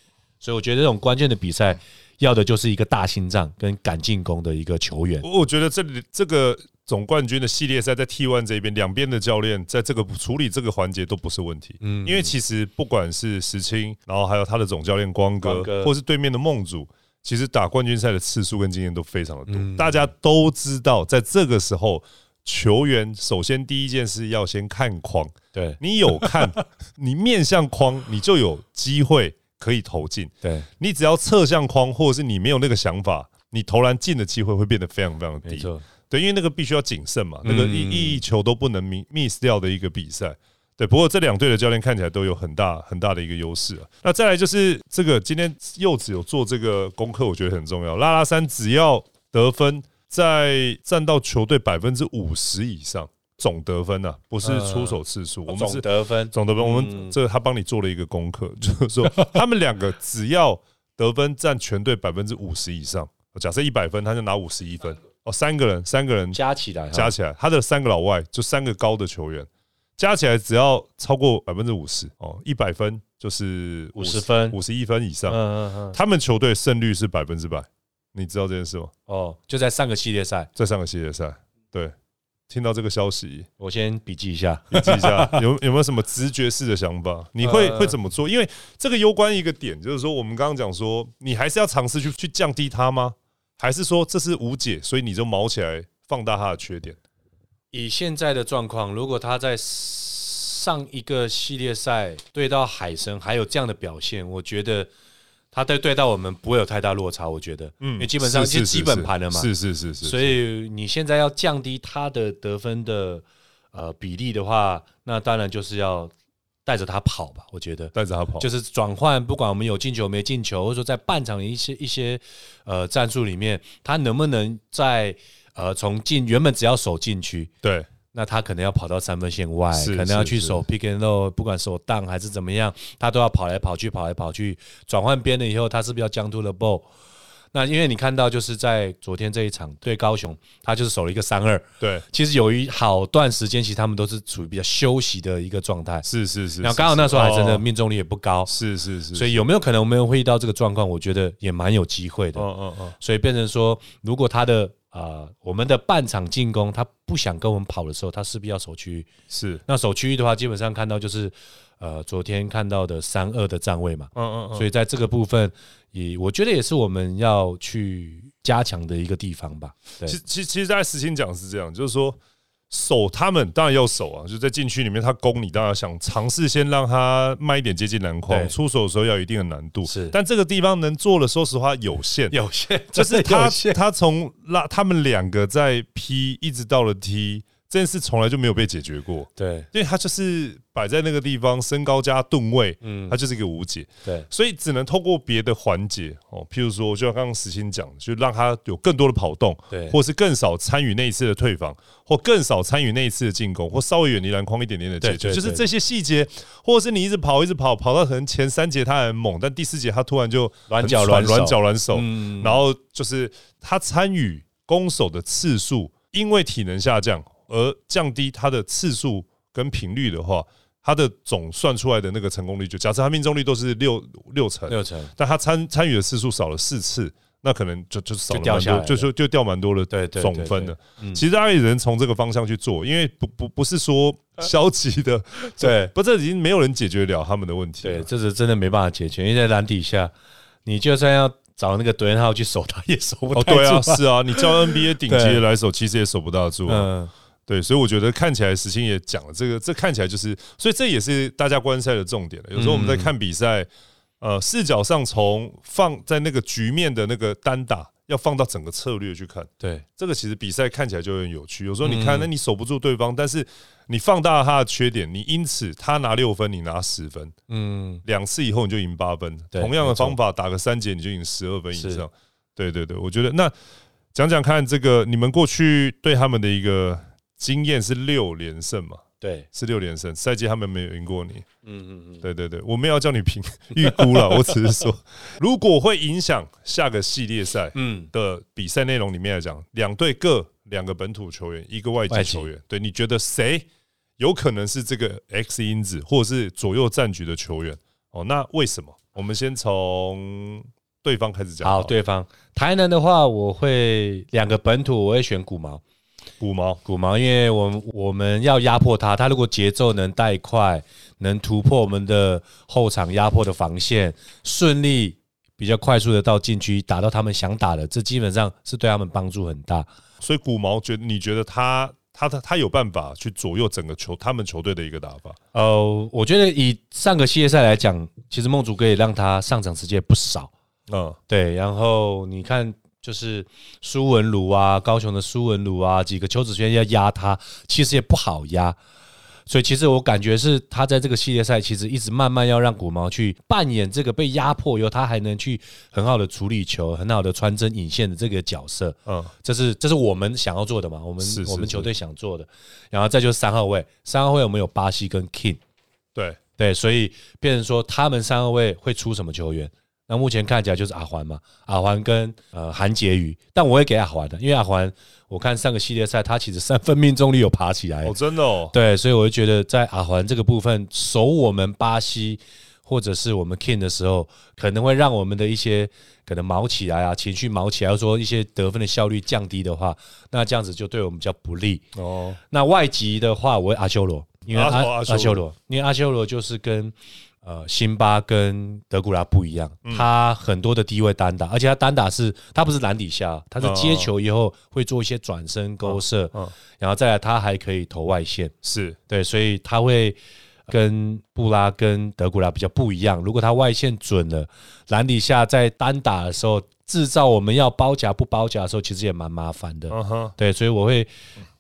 所以我觉得这种关键的比赛，要的就是一个大心脏跟敢进攻的一个球员。我我觉得这里这个总冠军的系列赛在 T1 这边，两边的教练在这个处理这个环节都不是问题。嗯，因为其实不管是石青，然后还有他的总教练光哥，光哥或是对面的梦主。其实打冠军赛的次数跟经验都非常的多，嗯大家都知道，在这个时候，球员首先第一件事要先看框，对你有 看，你面向框，你就有机会可以投进。对，你只要侧向框，或者是你没有那个想法，你投篮进的机会会变得非常非常没低。错，对，因为那个必须要谨慎嘛，那个嗯一一球都不能 mi- miss 掉的一个比赛。对，不过这两队的教练看起来都有很大很大的一个优势啊。那再来就是这个，今天柚子有做这个功课，我觉得很重要。拉拉山只要得分在占到球队百分之五十以上，总得分啊，不是出手次数，我们呃总是得分总得分。我嗯们这个他帮你做了一个功课， 就是说他们两个只要得分占全队百分之五十以上，哦假设一百分，他就拿五十一分。哦，三个人，三个人加起来哈，加起来，他的三个老外就三个高的球员，加起来只要超过百分之五十哦，一百分就是50分五十一分以上嗯。嗯嗯，他们球队胜率是百分之百，你知道这件事吗？哦，就在上个系列赛，在上个系列赛，对，听到这个消息，我先笔记一下。笔记一下，有有没有什么直觉式的想法？你会呃会怎么做？因为这个攸关一个点，就是说我们刚刚讲说，你还是要尝试去去降低它吗？还是说这是无解，所以你就毛起来放大它的缺点？以现在的状况，如果他在上一个系列赛对到海神还有这样的表现，我觉得他对对到我们不会有太大落差。我觉得，嗯，因为基本上是就是基是本是盘了嘛，是是是是，所以你现在要降低他的得分的呃比例的话，那当然就是要带着他跑吧。我觉得，带着他跑，就是转换，不管我们有进球没进球，或者说在半场的一些一些呃战术里面，他能不能在呃从进原本只要守禁区，对，那他可能要跑到三分线外，是可能要去是守 pick and roll，不管守档还是怎么样，他都要跑来跑去，跑来跑去，转换边了以后，他是不是要将 to the ball？那因为你看到就是在昨天这一场对高雄，他就是守了一个三二。对，其实有一好段时间，其实他们都是处于比较休息的一个状态。是是是。然后是刚好那时候海神的哦命中率也不高，是是是，所以以有没有可能我们会遇到这个状况？我觉得也蛮有机会的。嗯嗯嗯，所以变成说，如果他的呃我们的半场进攻，他不想跟我们跑的时候，他势必要守区域。是，那守区域的话，基本上看到就是呃昨天看到的三二的站位嘛。嗯嗯所以在这个部分，也我觉得也是我们要去加强的一个地方吧。对其，实其实其实，在实情讲是这样，就是说守他们当然要守啊，就在禁区里面他攻你，当然想尝试先让他慢一点接近篮筐，对出手的时候要有一定的难度。是但这个地方能做的，说实话有限。有限就是真的他 有限，他从拉他们两个在 P 一直到了 T 这件事从来就没有被解决过，对因为他就是摆在那个地方，身高加吨位，嗯嗯，他就是一个无解。对所以只能透过别的环节哦，譬如说，就像刚刚石鑫讲的，就让他有更多的跑动，对或是更少参与那一次的退防，或更少参与那一次的进攻，或稍微远离篮筐一点点的解对对决，对就是这些细节，或者是你一直跑，一直跑，跑到可能前三节他很猛，但第四节他突然就很软脚软软手软脚软手，嗯然后就是他参与攻守的次数，因为体能下降而降低他的次数跟频率的话。他的总算出来的那个成功率，就假设他命中率都是六六成，六成但他参参与的次数少了四次，那可能就就少了就掉蛮下来多，了就就就掉蛮多的对对对嗯总分的。其实大家也能从这个方向去做，因为不不不是说消极的，对不，这已经没有人解决了他们的问题了。对，这是真的没办法解决，因为在篮底下，你就算要找那个德恩号去守他，也守不哦，太住、对啊，是啊，你 叫 NBA 顶级对的来守，其实也守不大住啊、嗯，对，所以我觉得看起来石青也讲了这个，这看起来就是，所以这也是大家观赛的重点了。嗯有时候我们在看比赛，呃，视角上从放在那个局面的那个单打，要放到整个策略去看。对，这个其实比赛看起来就很有趣。有时候你看，嗯那你守不住对方，但是你放大了他的缺点，你因此他拿六分，你拿十分，嗯，两次以后你就赢八分。对同样的没错方法打个三节，你就赢十二分以是上。对对对，我觉得那讲讲看，这个你们过去对他们的一个经验是六连胜嘛？对，是六连胜，赛季他们没有赢过你。嗯嗯嗯，对对对，我没有要叫你评 预估了，我只是说，如果会影响下个系列赛，嗯，的比赛内容里面来讲，两队各两个本土球员，一个外籍外籍球员。对，你觉得谁有可能是这个 X 因子，或者是左右战局的球员？哦，那为什么？我们先从对方开始讲。好，，对方台南的话，我会两个本土，我会选古毛，古毛古毛，因为我们我们要压迫他，他如果节奏能带快，能突破我们的后场压迫的防线，顺利比较快速的到禁区，打到他们想打的，这基本上是对他们帮助很大。所以古毛觉得你觉得他他他他有办法去左右整个球他们球队的一个打法？呃，我觉得以上个系列赛来讲，其实梦竹哥也让他上场时间不少。嗯，对，然后你看，就是苏文儒啊，高雄的苏文儒啊，几个邱子轩要压他，其实也不好压。所以其实我感觉是他在这个系列赛其实一直慢慢要让古毛去扮演这个被压迫以后，他还能去很好的处理球、很好的穿针引线的这个角色。嗯，这是这是我们想要做的嘛？我们是是我们是球队想做的，然后再就是三号位，三号位我们有巴西跟 King，对，对，所以变成说他们三号位会出什么球员？那目前看起来就是阿环嘛，阿环跟呃韩杰宇，但我会给阿环的，因为阿环我看上个系列赛他其实三分命中率有爬起来，哦，真的哦，对，所以我就觉得在阿环这个部分守我们巴西或者是我们 King 的时候，可能会让我们的一些可能毛起来啊，情绪毛起来，或者说一些得分的效率降低的话，那这样子就对我们比较不利。哦，那外籍的话，我会阿修罗，因为阿阿哦阿修罗阿修罗，因为阿修罗就是跟呃辛巴跟德古拉不一样，嗯他很多的低位单打，而且他单打是他不是篮底下，他是接球以后会做一些转身勾射，嗯嗯然后再来他还可以投外线，是对，所以他会跟布拉跟德古拉比较不一样。如果他外线准了，篮底下在单打的时候制造我们要包夹不包夹的时候，其实也蛮麻烦的。嗯哼，对，所以我会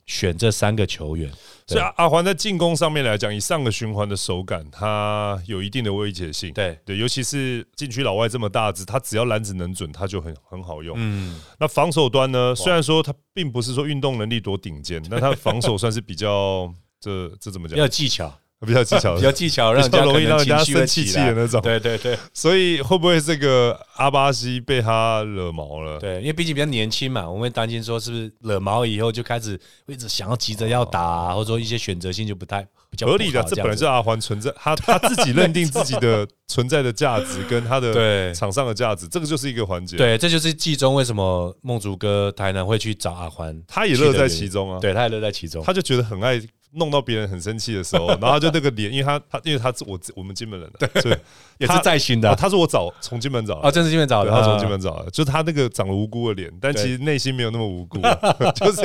选这三个球员。对所以阿阿环在进攻上面来讲，以上个循环的手感，它有一定的威胁性。对，对，尤其是禁区老外这么大只，他只要篮子能准，他就很很好用。嗯，那防守端呢，虽然说他并不是说运动能力多顶尖，但他的防守算是比较这这怎么讲要？有技巧，比较技巧比较的，技巧，呃比让较人家容易可让能人家情绪会生气起气来的那种。对对 对所以会不会这个阿巴西被他惹毛了？对，因为毕竟比较年轻嘛，我们会担心说是不是惹毛以后就开始会一直想要急着要打、啊，或者说一些选择性就不太比较不合理的，好这样本来子是阿环存在，他他自己认定自己 的存在的价值跟他的对场上的价值，这个就是一个环节。，对，这就是季中为什么梦竹哥台南会去找阿欢，他也乐在其中啊，对，他也乐在其中。他就觉得很爱弄到别人很生气的时 候，然后他就那个脸，因为他他因为他是我自我们金门人啊，对，也是在新的啊，他是我找从金门找啊，的。正是因为找对的，他从啊金门找的，就是他那个长了无辜的脸，但对其实内心没有那么无辜啊， 就是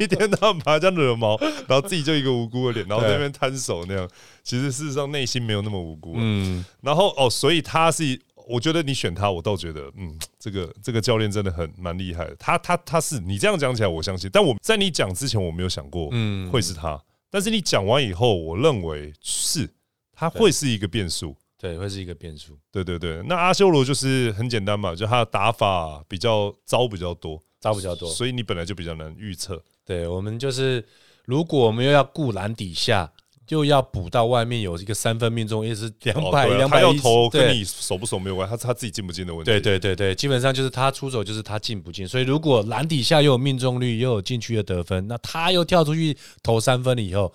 一天到晚把人家惹毛，然后自己就一个无辜的脸，然后在那边摊手那样。其实事实上内心没有那么无辜啊，嗯，然后哦，所以他是，我觉得你选他，我倒觉得，嗯，这个这个教练真的很蛮厉害的。他他他是你这样讲起来，我相信，但我在你讲之前，我没有想过，嗯，会是他。但是你讲完以后，我认为是他会是一个变数。对，会是一个变数。对对对，那阿修罗就是很简单嘛，就他的打法比较招比较多，招比较多所以你本来就比较难预测。对我们就是，如果我们又要顾篮底下，又要补到外面有一个三分命中，也是两百对啊两他百要一十投跟对你守不守没有关系，他他自己进不进的问题。对对对对，基本上就是他出手就是他进不进，所以如果篮底下又有命中率，又有禁区的得分，那他又跳出去投三分了以后，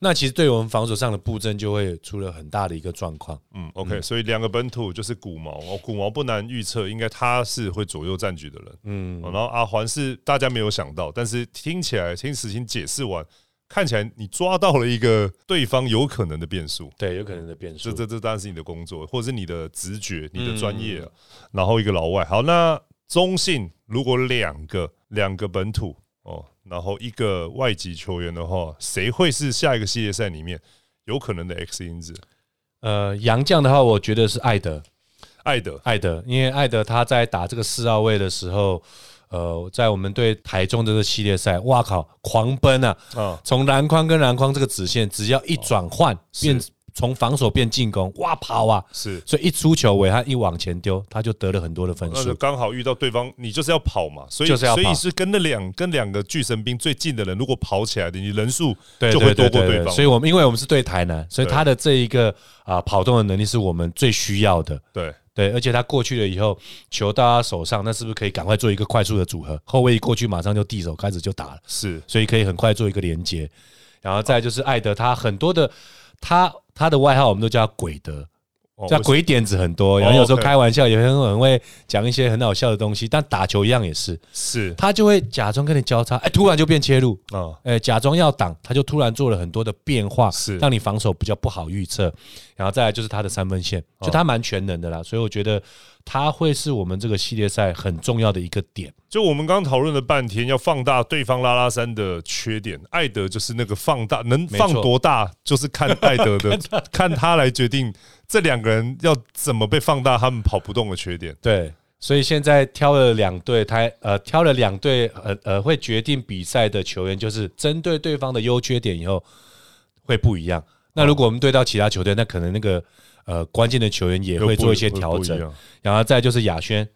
那其实对我们防守上的布阵就会出了很大的一个状况。嗯，OK，所以两个本土就是古毛，哦，古毛不难预测，应该他是会左右战局的人。嗯，然后阿环是大家没有想到，但是听起来听史琴解释完，看起来你抓到了一个对方有可能的变数。对，有可能的变数这。这这当然是你的工作，或者是你的直觉、你的专业啊、嗯然后一个老外，好，那中信如果两个两个本土哦，然后一个外籍球员的话，谁会是下一个系列赛里面有可能的 X 因子？呃，杨将的话，我觉得是艾德，艾德。艾德，因为艾德他在打这个四奥位的时候，呃，在我们对台中的这个系列赛，哇靠，狂奔啊！啊、从篮筐跟篮筐这个直线，只要一转换、变从防守变进攻，哇跑啊！是，所以一出球，韦翰一往前丢，他就得了很多的分那就数。刚好遇到对方，你就是要跑嘛，所以就是要跑所以是跟那两跟两个巨神兵最近的人，如果跑起来的，你人数对就对会对多过对对，方。所以我们因为我们是对台南，所以对他的这一个啊、跑动的能力是我们最需要的。对对，而且他过去了以后，球到他手上，那是不是可以赶快做一个快速的组合？后卫一过去，马上就递手开始就打了，是所以可以很快做一个连接。然后再就是艾德，他很多的他他的外号我们都叫他鬼德，哦叫我鬼点子很多，哦然后有时候 OK 开玩笑也很很会讲一些很好笑的东西，但打球一样也是，是他就会假装跟你交叉，哎，突然就变切入，啊，呃，假装要挡，他就突然做了很多的变化，是让你防守比较不好预测。然后再来就是他的三分线，哦就他蛮全能的啦，所以我觉得他会是我们这个系列赛很重要的一个点。就我们刚刚讨论了半天，要放大对方拉拉山的缺点，艾德就是那个放大能没错放多大，就是看艾德 的看他来决定这两个人要怎么被放大他们跑不动的缺点。对，所以现在挑了两队，他呃挑了两队，呃呃会决定比赛的球员，就是针对对方的优缺点以后，会不一样。那如果我们对到其他球队，那可能那个呃关键的球员也又会不做一些又调不一整。样然后再就是亚轩，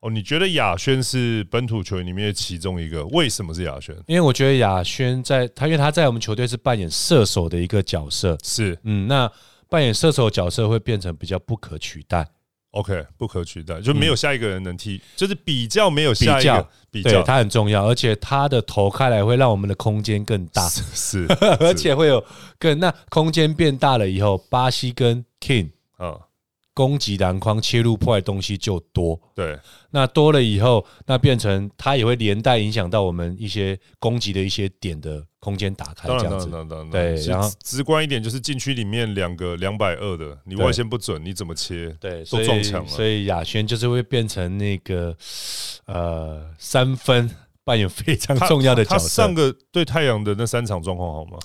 哦，你觉得亚轩是本土球员里面的其中一个？为什么是亚轩？因为我觉得亚轩在他，因为他在我们球队是扮演射手的一个角色，是嗯，那扮演射手的角色会变成比较不可取代， OK，不可取代，就没有下一个人能替，就是比较没有下一嗯比较个比对较，他很重要，而且他的头开来会让我们的空间更大，，是 是而且会有更那空间变大了以后，巴西跟 King 啊，攻击篮筐切入破坏东西就多，对，那多了以后，那变成他也会连带影响到我们一些攻击的一些点的空间打开当然这样当子然当。然当然，对是然后直直观一点就是禁区里面两个两百二的，你对外线不准，你怎么切？对，都撞墙了所以亚轩就是会变成那个呃三分扮演非常他重要的角他色上。个对太阳的那三场状况好吗？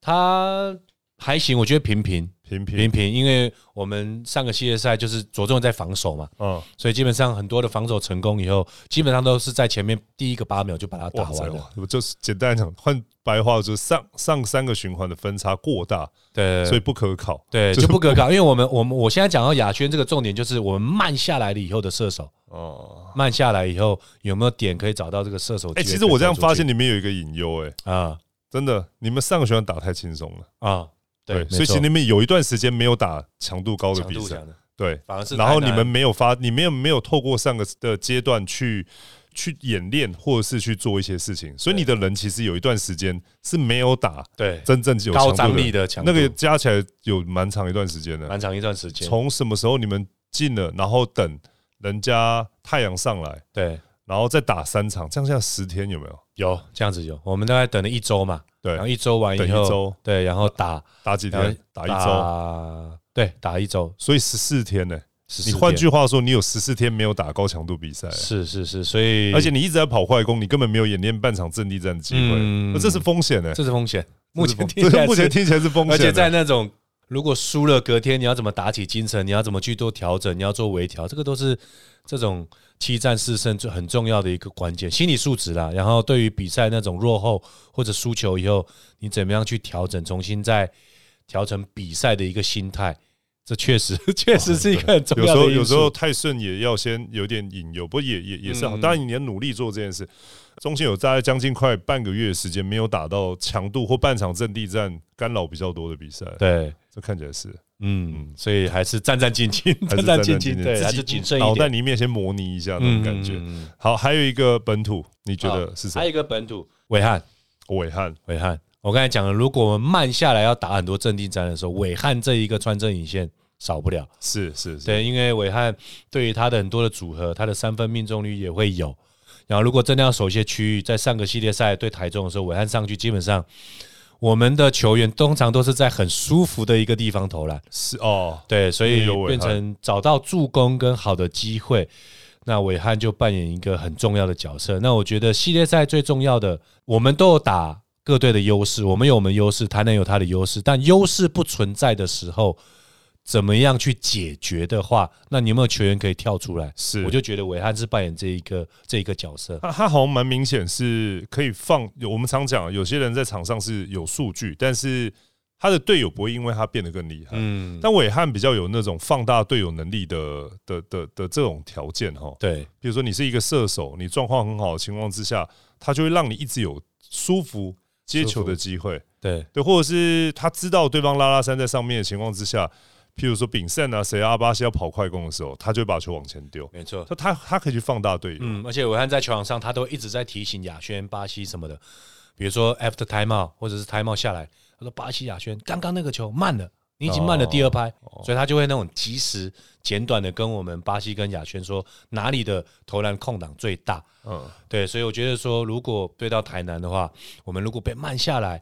他还行，我觉得平平平平平，平，因为我们上个系列赛就是着重在防守嘛，嗯，所以基本上很多的防守成功以后，基本上都是在前面第一个八秒就把它打哇塞完了。，我就是简单讲，换白话就是上上三个循环的分差过大，对，所以不可靠。对就就是不可靠，因为我们我们我现在讲到亚轩这个重点就是我们慢下来了以后的射手，哦，慢下来以后有没有点可以找到这个射手机会可哎，以走出其去？实我这样发现里面有一个隐忧，哎，啊真的，你们上个循环打太轻松了。啊，对，所以其实你们有一段时间没有打强度高的比赛，的，对，反而是然后台你南们没有发，你没有没有透过上个的阶段去去演练，或者是去做一些事情，所以对你的人其实有一段时间是没有打对真正有高强度张力的强度那个加起来有蛮长一段时间的。蛮长一段时间，从什么时候你们进了，然后等人家太阳上来，对然后再打三场，这样下十天有没有？有这样子有，我们大概等了一周嘛，然后对，一周完等以一后，周对，然后打打几然后天？打一周，周，对，打一周，所以十四天呢、 14你换天句话说，你有十四天没有打高强度比赛了，是是是，所以而且你一直在跑快攻，你根本没有演练半场阵地战的机会，嗯那这是风险呢、这是风险，目这是前风听起来这目前是听起来是风险欸，而且在那种如果输了，隔天你要怎么打起精神，你要怎么去做调整，你要做微调，这个都是这种七战四胜最很重要的一个关键，心理素质啦。然后对于比赛那种落后或者输球以后，你怎么样去调整，重新再调整比赛的一个心态，这确实 确实是一个很重有时要的候因素有时候太顺也要先有点引诱，不过也也也是好，嗯当然你要努力做这件事。中间有大概将近快半个月的时间没有打到强度或半场阵地战干扰比较多的比赛，对。这看起来 是嗯，所以还是战战兢兢，嗯还是战兢兢兢，对，还自是己谨慎一脑袋点，里面先模拟一下那种感觉。嗯。嗯嗯好，还有一个本土，你觉好得是什还么有？一个本土伟汉，伟汉伟汉，我刚才讲了，如果我们慢下来要打很多阵地战的时候，伟汉这一个穿针引线少不了。是是是，对，因为伟汉对于他的很多的组合，他的三分命中率也会有。然后，如果真的要守一些区域，在上个系列赛对台中的时候，伟汉上去，基本上我们的球员通常都是在很舒服的一个地方投篮。是哦，对，所以也有伟变汉成找到助攻跟好的机会，那伟汉就扮演一个很重要的角色。那我觉得系列赛最重要的，我们都有打各队的优势，我们有我们优势，台南有他的优势，但优势不存在的时候，怎么样去解决的话，那你有没有球员可以跳出来？是我就觉得伟汉是扮演这一个这一个角色。他他好像蛮明显是可以放，有我们常讲啊有些人在场上是有数据，但是他的队友不会因为他变得更厉害。嗯，但伟汉比较有那种放大队友能力的的的的这种条件哈，对比如说你是一个射手，你状况很好的情况之下，他就会让你一直有舒服接球的机会，对对，或者是他知道对方拉拉山在上面的情况之下，譬如说炳胜啊，谁啊阿巴西要跑快攻的时候，他就会把球往前丢，没错。他他他可以去放大队友，嗯，而且我看在球场上，他都一直在提醒亚轩、巴西什么的，比如说 after timeout 或者是 timeout 下来，他说巴西亚轩刚刚那个球慢了，你已经慢了第二拍，哦所以他就会那种及时、简短的跟我们巴西跟亚轩说哪里的投篮空档最大。嗯，对，所以我觉得说，如果对到台南的话，我们如果被慢下来，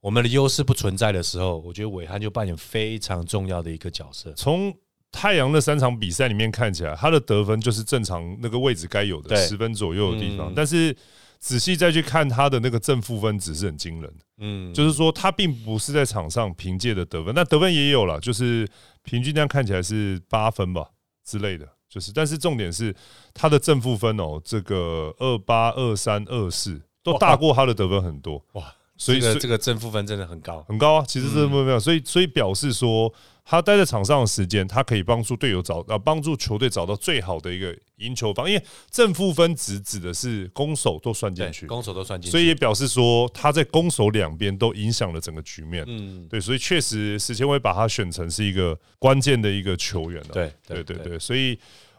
我们的优势不存在的时候，我觉得伟汉就扮演非常重要的一个角色。从太阳那三场比赛里面看起来，他的得分就是正常那个位置该有的对十分左右的地方，嗯但是仔细再去看他的那个正负分值是很惊人的，嗯，就是说他并不是在场上凭借的得分，那得分也有了，就是平均这样看起来是八分吧之类的。就是，但是重点是他的哦啊正负分哦，这个二八、二三、二四都大过他的得分很多。哇，所以这所个以这个正负分真的很高。很高啊，其实这嗯没有没有，所以所以表示说，他待在场上的时间，他可以帮助队友找啊，帮助球队找到最好的一个赢球方，因为正负分值指的是攻守都算进对去，，攻守都算进去，所以也表示说他在攻守两边都影响了整个局面。嗯，对，所以确实史前威把他选成是一个关键的一个球员了、啊对对对对，所以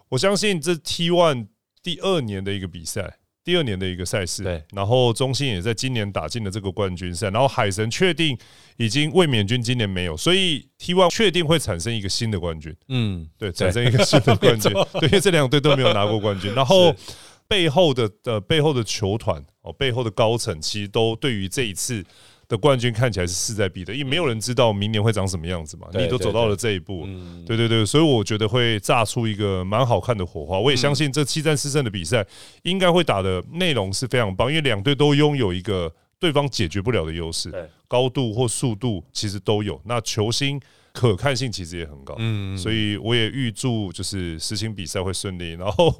我相信这 T One 第二年的一个比赛，第二年的一个赛事，对然后中信也在今年打进了这个冠军赛，然后海神确定已经卫冕军今年没有，所以 T One 确定会产生一个新的冠军，嗯，对，产生一个新的 冠军，对，因为这两队都没有拿过冠军，然后。背后的呃，背后的球团哦，背后的高层其实都对于这一次的冠军看起来是势在必得，因为没有人知道明年会长什么样子嘛。对你都走到了这一步，对对对，所以我觉得会炸出一个蛮好看的火花。我也相信这七战四胜的比赛应该会打的内容是非常棒，因为两队都拥有一个对方解决不了的优势对，高度或速度其实都有。那球星可看性其实也很高，嗯，所以我也预祝就是实行比赛会顺利，然后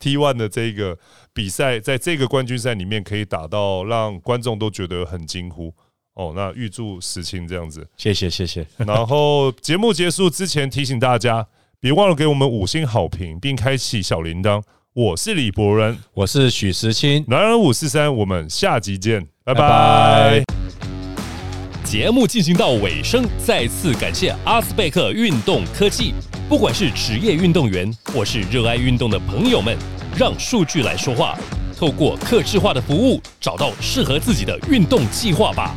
T One 的这个比赛在这个冠军赛里面可以打到让观众都觉得很惊呼。哦，那预祝实情这样 子。谢谢谢谢，然后节目结束之前提醒大家，别忘了给我们五星好评，并开启小铃铛。我是李博仁，我是许时清，男人五四三，我们下集见，拜拜拜拜节目进行到尾声，再次感谢阿斯贝克运动科技。不管是职业运动员或是热爱运动的朋友们，让数据来说话，透过客制化的服务，找到适合自己的运动计划吧。